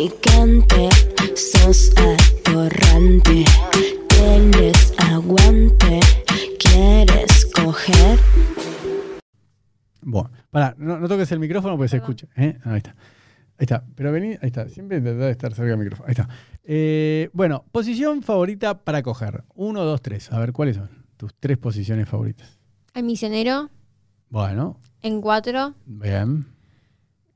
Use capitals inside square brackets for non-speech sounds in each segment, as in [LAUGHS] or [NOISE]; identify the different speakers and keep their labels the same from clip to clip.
Speaker 1: atorrante, sos atorrante. Tienes aguante, quieres coger.
Speaker 2: Bueno, pará, no, no toques el micrófono porque se escucha. ¿eh? Ah, Ahí está. Ahí está. Pero vení, ahí está. Siempre intentá de estar cerca del micrófono. Ahí está. Eh, bueno, posición favorita para coger. Uno, dos, tres. A ver, ¿cuáles son tus tres posiciones favoritas?
Speaker 3: El misionero
Speaker 2: Bueno,
Speaker 3: en cuatro.
Speaker 2: bien.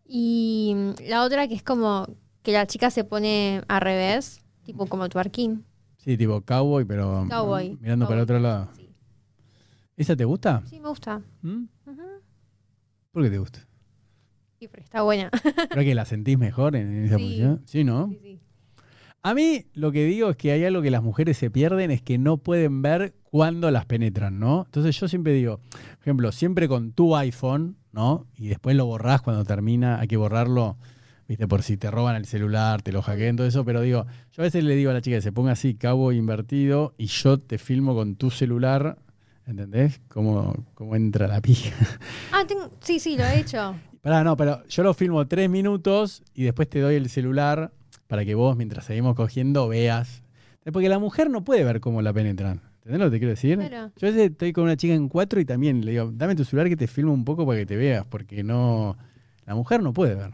Speaker 3: Y mm, la otra que es como que la chica se pone al revés, tipo como twerking.
Speaker 2: Sí, tipo cowboy, pero
Speaker 3: Cowboy.
Speaker 2: mirando para
Speaker 3: Cowboy.
Speaker 2: el otro lado.
Speaker 3: Sí.
Speaker 2: ¿Esa te gusta?
Speaker 3: Sí, me gusta.
Speaker 2: ¿Mm?
Speaker 3: Ujú.
Speaker 2: ¿Por qué te gusta?
Speaker 3: Sí, porque está buena.
Speaker 2: ¿Pero que la sentís mejor en, en esa
Speaker 3: Sí.
Speaker 2: posición? Sí, ¿no?
Speaker 3: [LAUGHS] Sí, sí.
Speaker 2: A mí lo que digo es que hay algo que las mujeres se pierden, es que no pueden ver cuándo las penetran, ¿no? Entonces yo siempre digo, por ejemplo, siempre con tu iPhone, ¿no? Y después lo borrás cuando termina, hay que borrarlo, viste, por si te roban el celular, te lo hackean, todo eso, pero digo, yo a veces le digo a la chica que se ponga así, cabo invertido, y yo te filmo con tu celular, ¿entendés? Cómo, cómo entra la pija.
Speaker 3: Ah, tengo- sí, sí, lo he hecho.
Speaker 2: Pará, no, pero yo lo filmo tres minutos y después te doy el celular para que vos, mientras seguimos cogiendo, veas. Porque la mujer no puede ver cómo la penetran. ¿Entendés lo que te quiero decir?
Speaker 3: Claro.
Speaker 2: Yo a veces estoy con una chica en cuatro y también le digo, dame tu celular que te filmo un poco para que te veas, porque no. La mujer no puede ver.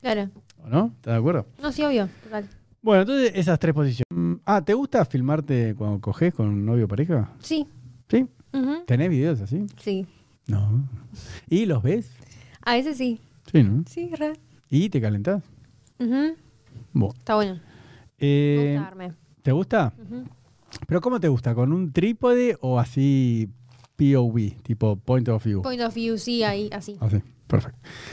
Speaker 3: Claro.
Speaker 2: ¿O no? ¿Estás de acuerdo?
Speaker 3: No, sí, obvio. Total.
Speaker 2: Bueno, entonces esas tres posiciones. Mm, Ah, ¿te gusta filmarte cuando coges con un novio o pareja?
Speaker 3: Sí.
Speaker 2: ¿Sí?
Speaker 3: Ujú.
Speaker 2: ¿Tenés videos así?
Speaker 3: Sí.
Speaker 2: No. ¿Y los ves?
Speaker 3: A veces sí.
Speaker 2: Sí, ¿no?
Speaker 3: Sí, re.
Speaker 2: ¿Y te calentás?
Speaker 3: Ujú.
Speaker 2: Bueno.
Speaker 3: Está bueno. Me
Speaker 2: Eh,
Speaker 3: gusta darme.
Speaker 2: ¿Te gusta?
Speaker 3: Ujú.
Speaker 2: ¿Pero cómo te gusta? ¿Con un trípode o así POV, tipo point of view?
Speaker 3: Point of view, sí, ahí, así.
Speaker 2: Así, perfecto.